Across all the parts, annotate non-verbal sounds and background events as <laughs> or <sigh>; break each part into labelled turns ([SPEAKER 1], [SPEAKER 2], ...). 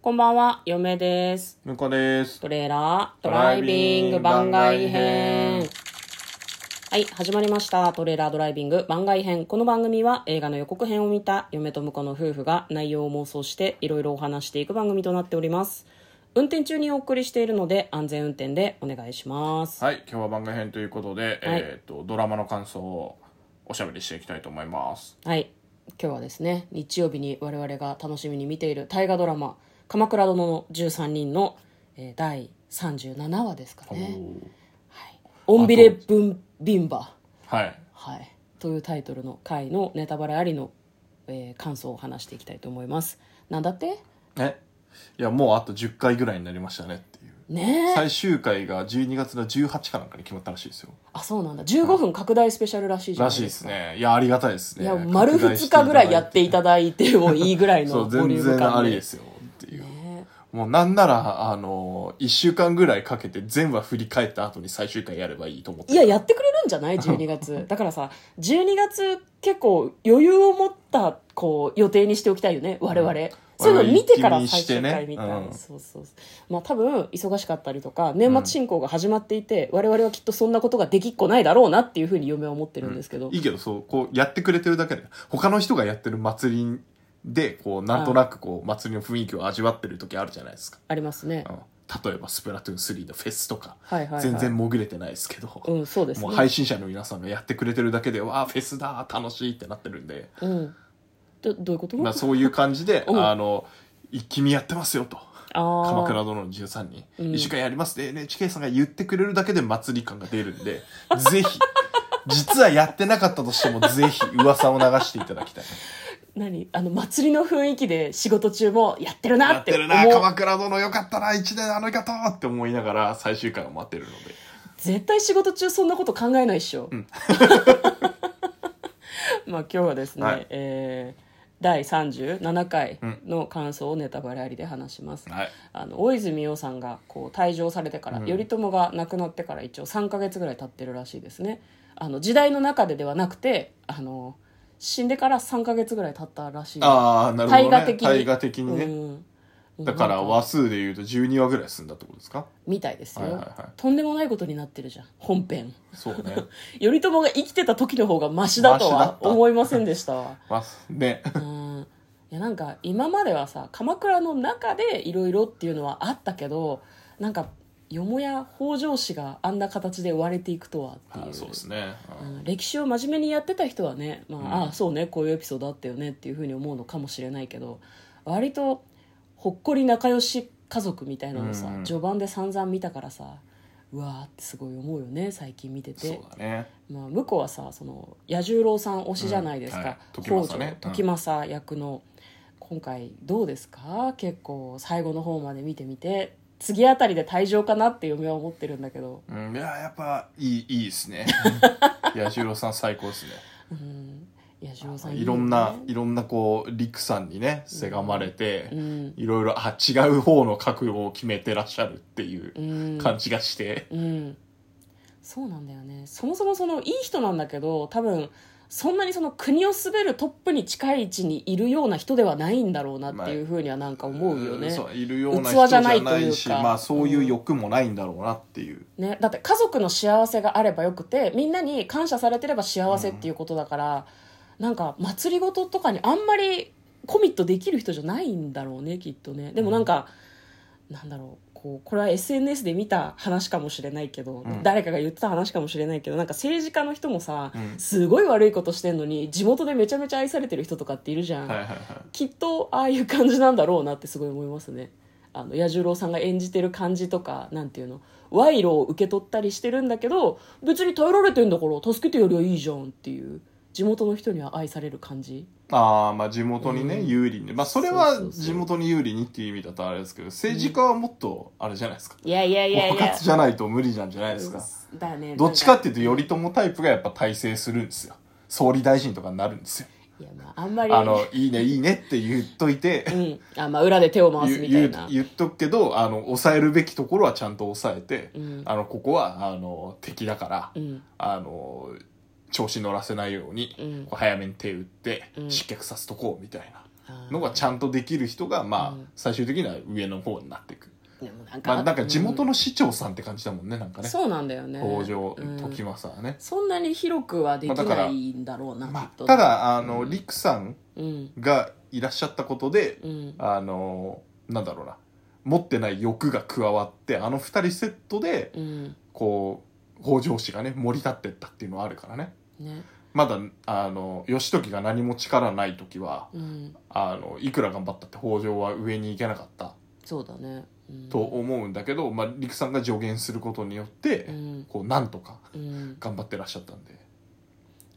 [SPEAKER 1] こんばんは、嫁です。
[SPEAKER 2] 向こうです。
[SPEAKER 1] トレーラードライビング番外
[SPEAKER 2] 番外
[SPEAKER 1] 編
[SPEAKER 2] 編。
[SPEAKER 1] はい、始まりました。トレーラードライビング番外編。この番組は映画の予告編を見た嫁と婿の夫婦が内容を妄想していろいろお話していく番組となっております。運転中にお送りしているので安全運転でお願いします。
[SPEAKER 2] はい、今日は番外編ということで、
[SPEAKER 1] はい
[SPEAKER 2] えっ、と、ドラマの感想をおしゃべりしていきたいと思います。
[SPEAKER 1] はい今日はですね日曜日に我々が楽しみに見ている大河ドラマ「鎌倉殿の13人の」えー第37話ですかね「オンビレブンビンバ
[SPEAKER 2] はい、」
[SPEAKER 1] はい、というタイトルの回のネタバレありの、えー感想を話していきたいと思いますなんだって
[SPEAKER 2] え、いや、もうあと10回ぐらいになりましたねっていう。
[SPEAKER 1] ねえ
[SPEAKER 2] 最終回が12月の18かなんかに決まったらしいですよ。
[SPEAKER 1] あそうなんだ15分拡大スペシャルらしいじゃ
[SPEAKER 2] ら
[SPEAKER 1] ない
[SPEAKER 2] しい
[SPEAKER 1] で
[SPEAKER 2] ですす
[SPEAKER 1] か
[SPEAKER 2] ね。いや、ありがたいですね。
[SPEAKER 1] いや丸
[SPEAKER 2] 拡大
[SPEAKER 1] 2
[SPEAKER 2] してた
[SPEAKER 1] 日ぐらいやっていただいてもいいぐらい
[SPEAKER 2] そ
[SPEAKER 1] の
[SPEAKER 2] う、
[SPEAKER 1] ボリュー
[SPEAKER 2] 全
[SPEAKER 1] ム
[SPEAKER 2] 然あ
[SPEAKER 1] 感
[SPEAKER 2] り
[SPEAKER 1] で
[SPEAKER 2] ですよ。っていう。
[SPEAKER 1] ね
[SPEAKER 2] もうなんなら、あの、1週間ぐらいかけて全話振り返った後に最終回やればいいと思って。
[SPEAKER 1] いや、やってくれるんじゃない ?12
[SPEAKER 2] <laughs>
[SPEAKER 1] 月。だからさ、12月結構余裕を持った、こう、予定にしておきたいよね、我々。
[SPEAKER 2] うん
[SPEAKER 1] そういうの見てから
[SPEAKER 2] 我々一気見
[SPEAKER 1] 最
[SPEAKER 2] して
[SPEAKER 1] 終
[SPEAKER 2] ね
[SPEAKER 1] 回みたいな。
[SPEAKER 2] うん
[SPEAKER 1] そうそうそう。まあ多分、忙しかったりとか、年末進行が始まっていて、我々はきっとそんなことができっこないだろうなっていうふうに嫁は思ってるんですけど。
[SPEAKER 2] いいけど、そう、こう、やってくれてるだけで、他の人がやってる祭りで、こう、なんとなくこう、祭りの雰囲気を味わってる時あるじゃないですか。
[SPEAKER 1] ありますね
[SPEAKER 2] う。ん例えば、スプラトゥーン3のフェスとか、
[SPEAKER 1] はいはいはい
[SPEAKER 2] 全然もぐれてないですけど、
[SPEAKER 1] うん、そうですね。
[SPEAKER 2] もう配信者の皆さんがやってくれてるだけで、わあ、フェスだ、楽しいってなってるんで、
[SPEAKER 1] うん。どどういうこと
[SPEAKER 2] まあ、そういう感じで、
[SPEAKER 1] <laughs> うん
[SPEAKER 2] あの、い君やってますよと。
[SPEAKER 1] あー
[SPEAKER 2] 鎌倉殿の13人、
[SPEAKER 1] うん
[SPEAKER 2] 一週間やりますで NHK さんが言ってくれるだけで祭り感が出るんで <laughs> ぜひ実はやってなかったとしてもぜひ噂を流していただきたい
[SPEAKER 1] 何あの、祭りの雰囲気で仕事中もやってる <laughs> な
[SPEAKER 2] や
[SPEAKER 1] っ
[SPEAKER 2] ってて
[SPEAKER 1] 思
[SPEAKER 2] る
[SPEAKER 1] う。
[SPEAKER 2] な鎌倉殿よかったな一年あの方って思いながら最終回を待ってるので
[SPEAKER 1] 絶対仕事中そんなこと考えないっしょ、
[SPEAKER 2] ん
[SPEAKER 1] <laughs> まあ今日はですね、
[SPEAKER 2] はい
[SPEAKER 1] えー第37回の感想をネタバレありで話します、
[SPEAKER 2] はい
[SPEAKER 1] あの大泉洋さんがこう退場されてから、
[SPEAKER 2] うん
[SPEAKER 1] 頼朝が亡くなってから一応3か月ぐらい経ってるらしいですねあの時代の中でではなくてあの死んでから3か月ぐらい経ったらしい
[SPEAKER 2] ああなるほどね
[SPEAKER 1] 大河的に
[SPEAKER 2] 大河的にね、
[SPEAKER 1] うん
[SPEAKER 2] だから
[SPEAKER 1] なんか
[SPEAKER 2] 話数でいうと12話ぐらい進んだってことですか
[SPEAKER 1] みたいですよ、
[SPEAKER 2] はいはいは
[SPEAKER 1] とんでもないことになってるじゃん本編
[SPEAKER 2] そう
[SPEAKER 1] <laughs>
[SPEAKER 2] ね
[SPEAKER 1] 頼朝が生きてた時の方がマシだと
[SPEAKER 2] マシだ
[SPEAKER 1] は
[SPEAKER 2] った
[SPEAKER 1] 思いませんでしたわ
[SPEAKER 2] まあね
[SPEAKER 1] うんいやなんか今まではさ鎌倉の中でいろいろっていうのはあったけどなんかよもや北条氏があんな形で割れていくとはっていう
[SPEAKER 2] あそうですね、うん
[SPEAKER 1] うん歴史を真面目にやってた人はね、まあああそうねこういうエピソードあったよねっていうふうに思うのかもしれないけど割とほっこり仲良し家族みたいなのさ、
[SPEAKER 2] うん
[SPEAKER 1] 序盤で散々見たからさうわーってすごい思うよね最近見てて。
[SPEAKER 2] そうだね
[SPEAKER 1] まあ、向こうはさその彌十郎さん推しじゃないです
[SPEAKER 2] うんは
[SPEAKER 1] か
[SPEAKER 2] い、時
[SPEAKER 1] 北
[SPEAKER 2] 政
[SPEAKER 1] 条
[SPEAKER 2] ねうん
[SPEAKER 1] 時政役の、今回どうですか結構最後の方まで見てみて次あたりで退場かなって嫁は思ってるんだけど、
[SPEAKER 2] うん、いややっぱいいいいで
[SPEAKER 1] <laughs>
[SPEAKER 2] すね彌十郎さん最高ですね
[SPEAKER 1] うん、彌十郎さん
[SPEAKER 2] いろんないろんなこう陸さんにねせがまれて、
[SPEAKER 1] うん
[SPEAKER 2] いろいろあ違う方の覚悟を決めてらっしゃるっていう
[SPEAKER 1] うん
[SPEAKER 2] 感じがして、
[SPEAKER 1] うん、そうなんだよねそもそもそのいい人なんだけど多分そんなにその国を滑るトップに近い位置にいるような人ではないんだろうなっていうふうにはなんか思うよね、
[SPEAKER 2] んそういるような
[SPEAKER 1] 器
[SPEAKER 2] 人
[SPEAKER 1] じ
[SPEAKER 2] じ
[SPEAKER 1] ゃ
[SPEAKER 2] ゃ
[SPEAKER 1] な
[SPEAKER 2] ないい
[SPEAKER 1] というか
[SPEAKER 2] しまあそういう欲もないんだろうなっていう、
[SPEAKER 1] ね、だって家族の幸せがあればよくてみんなに感謝されてれば幸せっていうことだから、なんか祭りごととかにあんまりコミットできる人じゃないんだろうねきっとねでもなんか、なんだろうこうこれは SNS で見た話かもしれないけど、
[SPEAKER 2] うん
[SPEAKER 1] 誰かが言ってた話かもしれないけどなんか政治家の人もさ、
[SPEAKER 2] うん
[SPEAKER 1] すごい悪いことしてんのに地元でめちゃめちゃ愛されてる人とかっているじゃん、
[SPEAKER 2] はいはいはい
[SPEAKER 1] きっとああいう感じなんだろうなってすごい思いますねあの彌十郎さんが演じてる感じとかなんていうの賄賂を受け取ったりしてるんだけど別に耐えられてんだから助けてやりゃいいじゃんっていう地元の人には愛される感じ
[SPEAKER 2] あーまあ地元にね、
[SPEAKER 1] うん
[SPEAKER 2] 有利にまあそれ
[SPEAKER 1] そう
[SPEAKER 2] は
[SPEAKER 1] そうそう
[SPEAKER 2] 地元に有利にっていう意味だとあれですけど政治家はもっとあれじゃないですか、
[SPEAKER 1] いやいやいやい
[SPEAKER 2] 枯
[SPEAKER 1] や
[SPEAKER 2] 渇じゃないと無理なんじゃないですか、
[SPEAKER 1] だね
[SPEAKER 2] どっちかっていうと頼朝タイプがやっぱ大成するんですよ総理大臣とかになるんですよ
[SPEAKER 1] いやまああんまり
[SPEAKER 2] あのいいねいいねって言っといて
[SPEAKER 1] うんあまあ裏で手を回す
[SPEAKER 2] 言
[SPEAKER 1] みた
[SPEAKER 2] 言
[SPEAKER 1] いうな
[SPEAKER 2] 言っとくけどあの抑えるべきところはちゃんと抑えて、
[SPEAKER 1] うん
[SPEAKER 2] あのここはあの敵だから、
[SPEAKER 1] うん
[SPEAKER 2] あの調子乗らせないように、
[SPEAKER 1] うん
[SPEAKER 2] こう早めに手打って、
[SPEAKER 1] うん
[SPEAKER 2] 失脚させとこうみたいなのがちゃんとできる人が、ま
[SPEAKER 1] う
[SPEAKER 2] あ
[SPEAKER 1] ん、
[SPEAKER 2] 最終的には上の方になっていく。
[SPEAKER 1] でもなんか,、
[SPEAKER 2] まあ、なんか地元の市長さんって感じだもんね、なんかね。
[SPEAKER 1] そうなんだよね
[SPEAKER 2] 北条
[SPEAKER 1] うん
[SPEAKER 2] 時政はね。
[SPEAKER 1] そんなに広くはでき
[SPEAKER 2] まあだか
[SPEAKER 1] な
[SPEAKER 2] ら
[SPEAKER 1] いんだろうな、
[SPEAKER 2] ま
[SPEAKER 1] きっ
[SPEAKER 2] あ、
[SPEAKER 1] と
[SPEAKER 2] ただ、あの、
[SPEAKER 1] うん
[SPEAKER 2] 陸さん
[SPEAKER 1] うん
[SPEAKER 2] がいらっしゃったことで、
[SPEAKER 1] うん
[SPEAKER 2] あの、なんだろうな。持ってない欲が加わって、あの二人セットで、
[SPEAKER 1] うん
[SPEAKER 2] こう、北条氏がね、盛り立ってったっていうのはあるからね。
[SPEAKER 1] ね
[SPEAKER 2] まだ、あの、義時が何も力ない時は、
[SPEAKER 1] うん
[SPEAKER 2] あの、いくら頑張ったって北条は上に行けなかった
[SPEAKER 1] そうだね、うん、
[SPEAKER 2] と思うんだけど、まあ、陸さんが助言することによって、
[SPEAKER 1] うん
[SPEAKER 2] こう、なんとか
[SPEAKER 1] うん
[SPEAKER 2] 頑張ってらっしゃったんで。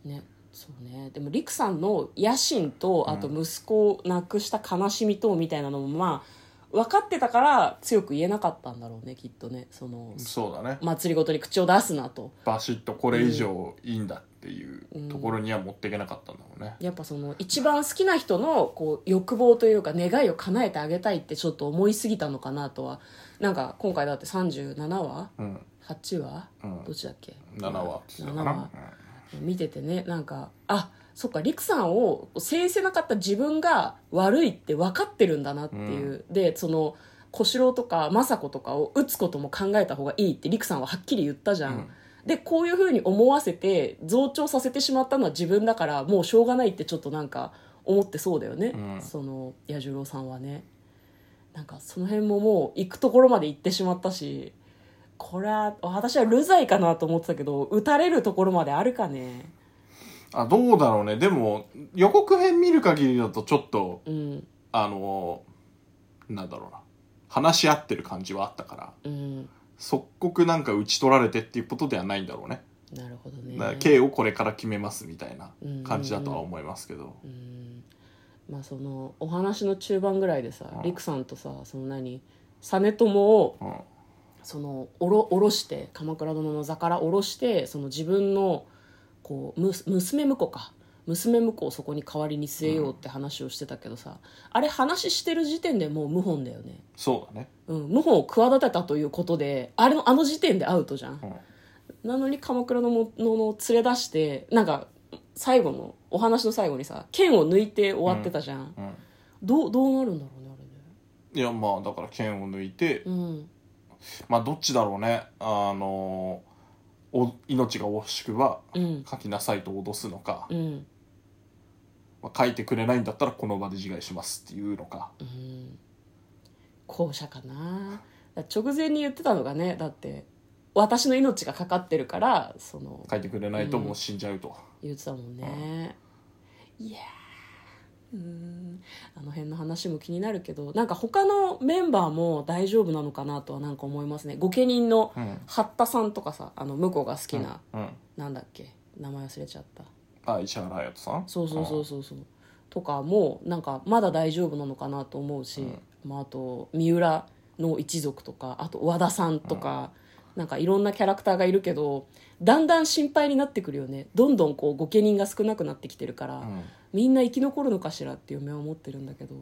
[SPEAKER 1] ねそうねでも陸さんの野心とあと息子を亡くした悲しみとみたいなのもまあ分かってたから強く言えなかったんだろうねきっとねその
[SPEAKER 2] そうだね。
[SPEAKER 1] 祭りごとに口を出すなと
[SPEAKER 2] バシッとこれ以上いいんだっていうところには持っていけなかったんだろうね。
[SPEAKER 1] やっぱその一番好きな人のこう欲望というか願いを叶えてあげたいってちょっと思いすぎたのかなとはなんか今回だって37話
[SPEAKER 2] うん。
[SPEAKER 1] 8話
[SPEAKER 2] うん
[SPEAKER 1] どっちだっけ
[SPEAKER 2] 7は。
[SPEAKER 1] 7話見ててねなんかあそっか陸さんを制せなかった自分が悪いって分かってるんだなっていう、でその小四郎とか政子とかを打つことも考えた方がいいって陸さんははっきり言ったじゃん、
[SPEAKER 2] うん
[SPEAKER 1] でこういうふうに思わせて増長させてしまったのは自分だからもうしょうがないってちょっとなんか思ってそうだよね、
[SPEAKER 2] うん
[SPEAKER 1] その彌十郎さんはねなんかその辺ももう行くところまで行ってしまったしこれは私は流罪かなと思ってたけど打たれるところまであるかね
[SPEAKER 2] あ、どうだろうね。でも、予告編見る限りだとちょっと、
[SPEAKER 1] うん
[SPEAKER 2] あの、なんだろうな。話し合ってる感じはあったから、
[SPEAKER 1] うん
[SPEAKER 2] 即刻なんか打ち取られてっていうことではないんだろうね。
[SPEAKER 1] なるほどね
[SPEAKER 2] だから刑をこれから決めますみたいな感じだとは思いますけど。
[SPEAKER 1] うんまあそのお話の中盤ぐらいでさ
[SPEAKER 2] うん
[SPEAKER 1] 陸さんとさその何実朝を
[SPEAKER 2] うん。
[SPEAKER 1] そのおろおろして鎌倉殿の座からおろしてその自分のこうむ娘婿か娘婿をそこに代わりに据えようって話をしてたけどさ、あれ話してる時点でもう謀反だよね、
[SPEAKER 2] そうだね。
[SPEAKER 1] うん、謀反を企てたということであれのあの時点でアウトじゃん
[SPEAKER 2] うん。
[SPEAKER 1] なのに鎌倉殿を連れ出してなんか最後のお話の最後にさ剣を抜いて終わってたじゃん、
[SPEAKER 2] うん。
[SPEAKER 1] どうどうなるんだろうねあれね
[SPEAKER 2] いや、まあ、だから剣を抜いて、
[SPEAKER 1] うん
[SPEAKER 2] まあどっちだろうねあのお命が惜しくば
[SPEAKER 1] うん
[SPEAKER 2] 書きなさいと脅すのか、
[SPEAKER 1] うん
[SPEAKER 2] まあ、書いてくれないんだったらこの場で自害しますっていうのか
[SPEAKER 1] うん後者かなだ直前に言ってたのがねだって私の命がかかってるからその
[SPEAKER 2] 書いてくれないともう死んじゃうと、
[SPEAKER 1] 言ってたもんね、いやーうーんあの辺の話も気になるけどなんか他のメンバーも大丈夫なのかなとはなんか思いますね御家人の
[SPEAKER 2] うん
[SPEAKER 1] 八田さんとかさあの向こうが好きな、
[SPEAKER 2] うん
[SPEAKER 1] なんだっけ名前忘れちゃった
[SPEAKER 2] あ石原隼人さん
[SPEAKER 1] そうそうそうそうそうとかもなんかまだ大丈夫なのかなと思うし、まあ、あと三浦の一族とかあと和田さんとか、なんかいろんなキャラクターがいるけどだんだん心配になってくるよねどんどんこう御家人が少なくなってきてるから、
[SPEAKER 2] うんうん
[SPEAKER 1] みんな生き残るのかしらっていう目を持ってるんだけど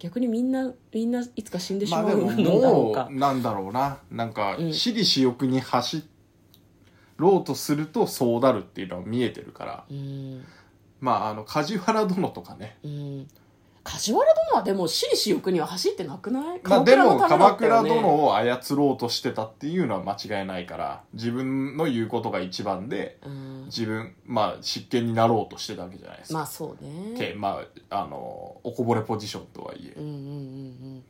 [SPEAKER 1] 逆にみんなみんないつか死んでし
[SPEAKER 2] ま
[SPEAKER 1] ま
[SPEAKER 2] あ
[SPEAKER 1] う
[SPEAKER 2] でも
[SPEAKER 1] のだろう
[SPEAKER 2] も
[SPEAKER 1] か
[SPEAKER 2] う。なんだろうななんか
[SPEAKER 1] うん
[SPEAKER 2] 私利私欲に走ろうとするとそうなるっていうのは見えてるから、
[SPEAKER 1] うん
[SPEAKER 2] まああの梶原殿とかね
[SPEAKER 1] うん梶原殿はでも私利私欲には走ってなくない
[SPEAKER 2] まあでも
[SPEAKER 1] ためだ
[SPEAKER 2] 鎌
[SPEAKER 1] ったよ
[SPEAKER 2] 倉
[SPEAKER 1] ね
[SPEAKER 2] 殿を操ろうとしてたっていうのは間違いないから自分の言うことが一番で
[SPEAKER 1] うん
[SPEAKER 2] 自分まあ執権になろうとしてたわけじゃないですか、
[SPEAKER 1] まあそうね
[SPEAKER 2] けまああのおこぼれポジションとはいえ
[SPEAKER 1] うんうん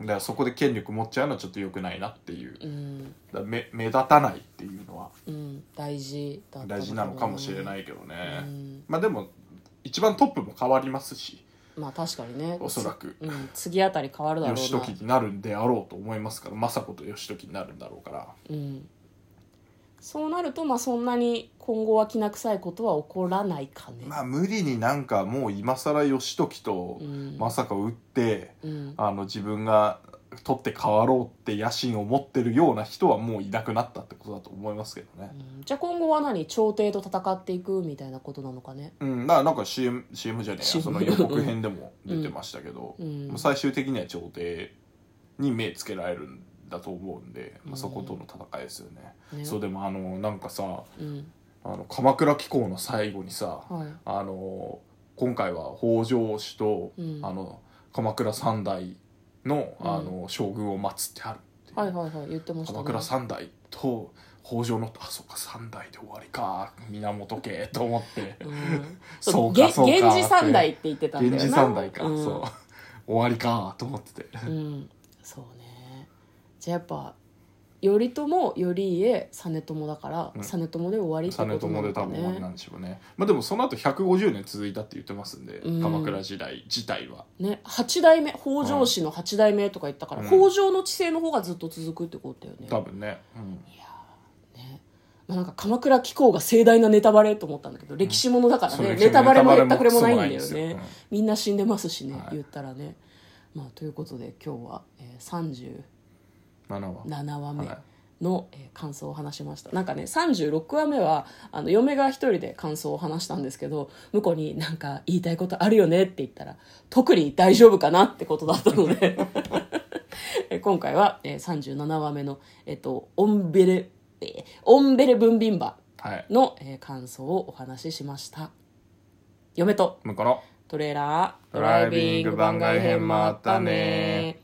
[SPEAKER 2] だからそこで権力持っちゃうのはちょっと良くないなっていう
[SPEAKER 1] うんうんうん
[SPEAKER 2] だから目目立たないっていうのは
[SPEAKER 1] うん大事だった、
[SPEAKER 2] 大事なのかもしれないいけど
[SPEAKER 1] う
[SPEAKER 2] ね、
[SPEAKER 1] ん、
[SPEAKER 2] まあでも一番トップも変わりますし
[SPEAKER 1] まあ確かにね
[SPEAKER 2] おそらく
[SPEAKER 1] うん、次あたり変わるだろうな
[SPEAKER 2] 義時になるんであろうと思いますから政子と義時になるんだろうから
[SPEAKER 1] うん、そうなるとまあそんなに今後はきな臭いことは起こらないかね、
[SPEAKER 2] まあ無理になんかもう今更義時と
[SPEAKER 1] うん
[SPEAKER 2] 政子を打って、
[SPEAKER 1] うん、
[SPEAKER 2] あの自分が取って変わろうって野心を持ってるような人はもういなくなったってことだと思いますけどね
[SPEAKER 1] う。んじゃあ今後は何朝廷と戦っていくみたいなことなのかね
[SPEAKER 2] うん、だからなんか CM, CM じゃねえ
[SPEAKER 1] CM
[SPEAKER 2] やその予告編でも出てましたけど、
[SPEAKER 1] うん
[SPEAKER 2] もう最終的には朝廷に目つけられるんだと思うんで、まあ、そことの戦いですよね。
[SPEAKER 1] ね
[SPEAKER 2] そうでもあのなんかさ
[SPEAKER 1] うん
[SPEAKER 2] あの鎌倉紀行の最後にさ
[SPEAKER 1] はい
[SPEAKER 2] あの今回は北条氏と、
[SPEAKER 1] うん
[SPEAKER 2] あの鎌倉三代の
[SPEAKER 1] うん
[SPEAKER 2] あの将軍を祀ってあるっていう
[SPEAKER 1] はいはいはい言ってました
[SPEAKER 2] 鎌倉三代と北条のあそうか三代で終わりか源家と思って
[SPEAKER 1] うん
[SPEAKER 2] そう
[SPEAKER 1] げ
[SPEAKER 2] かそうか
[SPEAKER 1] 源氏三代って言ってたんだよな
[SPEAKER 2] 源氏三代か、
[SPEAKER 1] うん、
[SPEAKER 2] そう <laughs> 終わりかと思ってて
[SPEAKER 1] うんそうねじゃあやっぱ頼朝頼家実朝だから、
[SPEAKER 2] うん
[SPEAKER 1] 実朝で終わりって
[SPEAKER 2] 実
[SPEAKER 1] ことな
[SPEAKER 2] 朝で
[SPEAKER 1] の
[SPEAKER 2] 多
[SPEAKER 1] か
[SPEAKER 2] 分終わりな
[SPEAKER 1] ね
[SPEAKER 2] んでしょうねまあでもその後150年続いたって言ってますんで、
[SPEAKER 1] うん
[SPEAKER 2] 鎌倉時代自体は
[SPEAKER 1] ね八代目北条氏の八代目とか言ったから、
[SPEAKER 2] うん
[SPEAKER 1] 北条の治世の方がずっと続くってことだよね
[SPEAKER 2] 多分ね、うん
[SPEAKER 1] いやーね、まあ、なんか鎌倉紀行が盛大なネタバレと思ったんだけど、歴史ものだから
[SPEAKER 2] そう
[SPEAKER 1] ね
[SPEAKER 2] 歴史
[SPEAKER 1] ネタバレも
[SPEAKER 2] ネ
[SPEAKER 1] へったくれもないんだよ
[SPEAKER 2] ク
[SPEAKER 1] ね
[SPEAKER 2] ソもないんですよ
[SPEAKER 1] みんな死んでますしね、
[SPEAKER 2] はい
[SPEAKER 1] 言ったらね、まあ、ということで今日は、えー
[SPEAKER 2] うん7話
[SPEAKER 1] 37話目
[SPEAKER 2] はい
[SPEAKER 1] の、えー感想を話しましたなんかね36話目はあの嫁が一人で感想を話したんですけど向こうになんか言いたいことあるよねって言ったら特に大丈夫かなってことだったのでえー今回は、えー37話目の、えっとオンベレ、えーオンベレブンビンバ
[SPEAKER 2] はい
[SPEAKER 1] の、えー感想をお話ししました嫁と
[SPEAKER 2] 向こうの
[SPEAKER 1] トレーラード
[SPEAKER 2] ドライビング番外編もあったね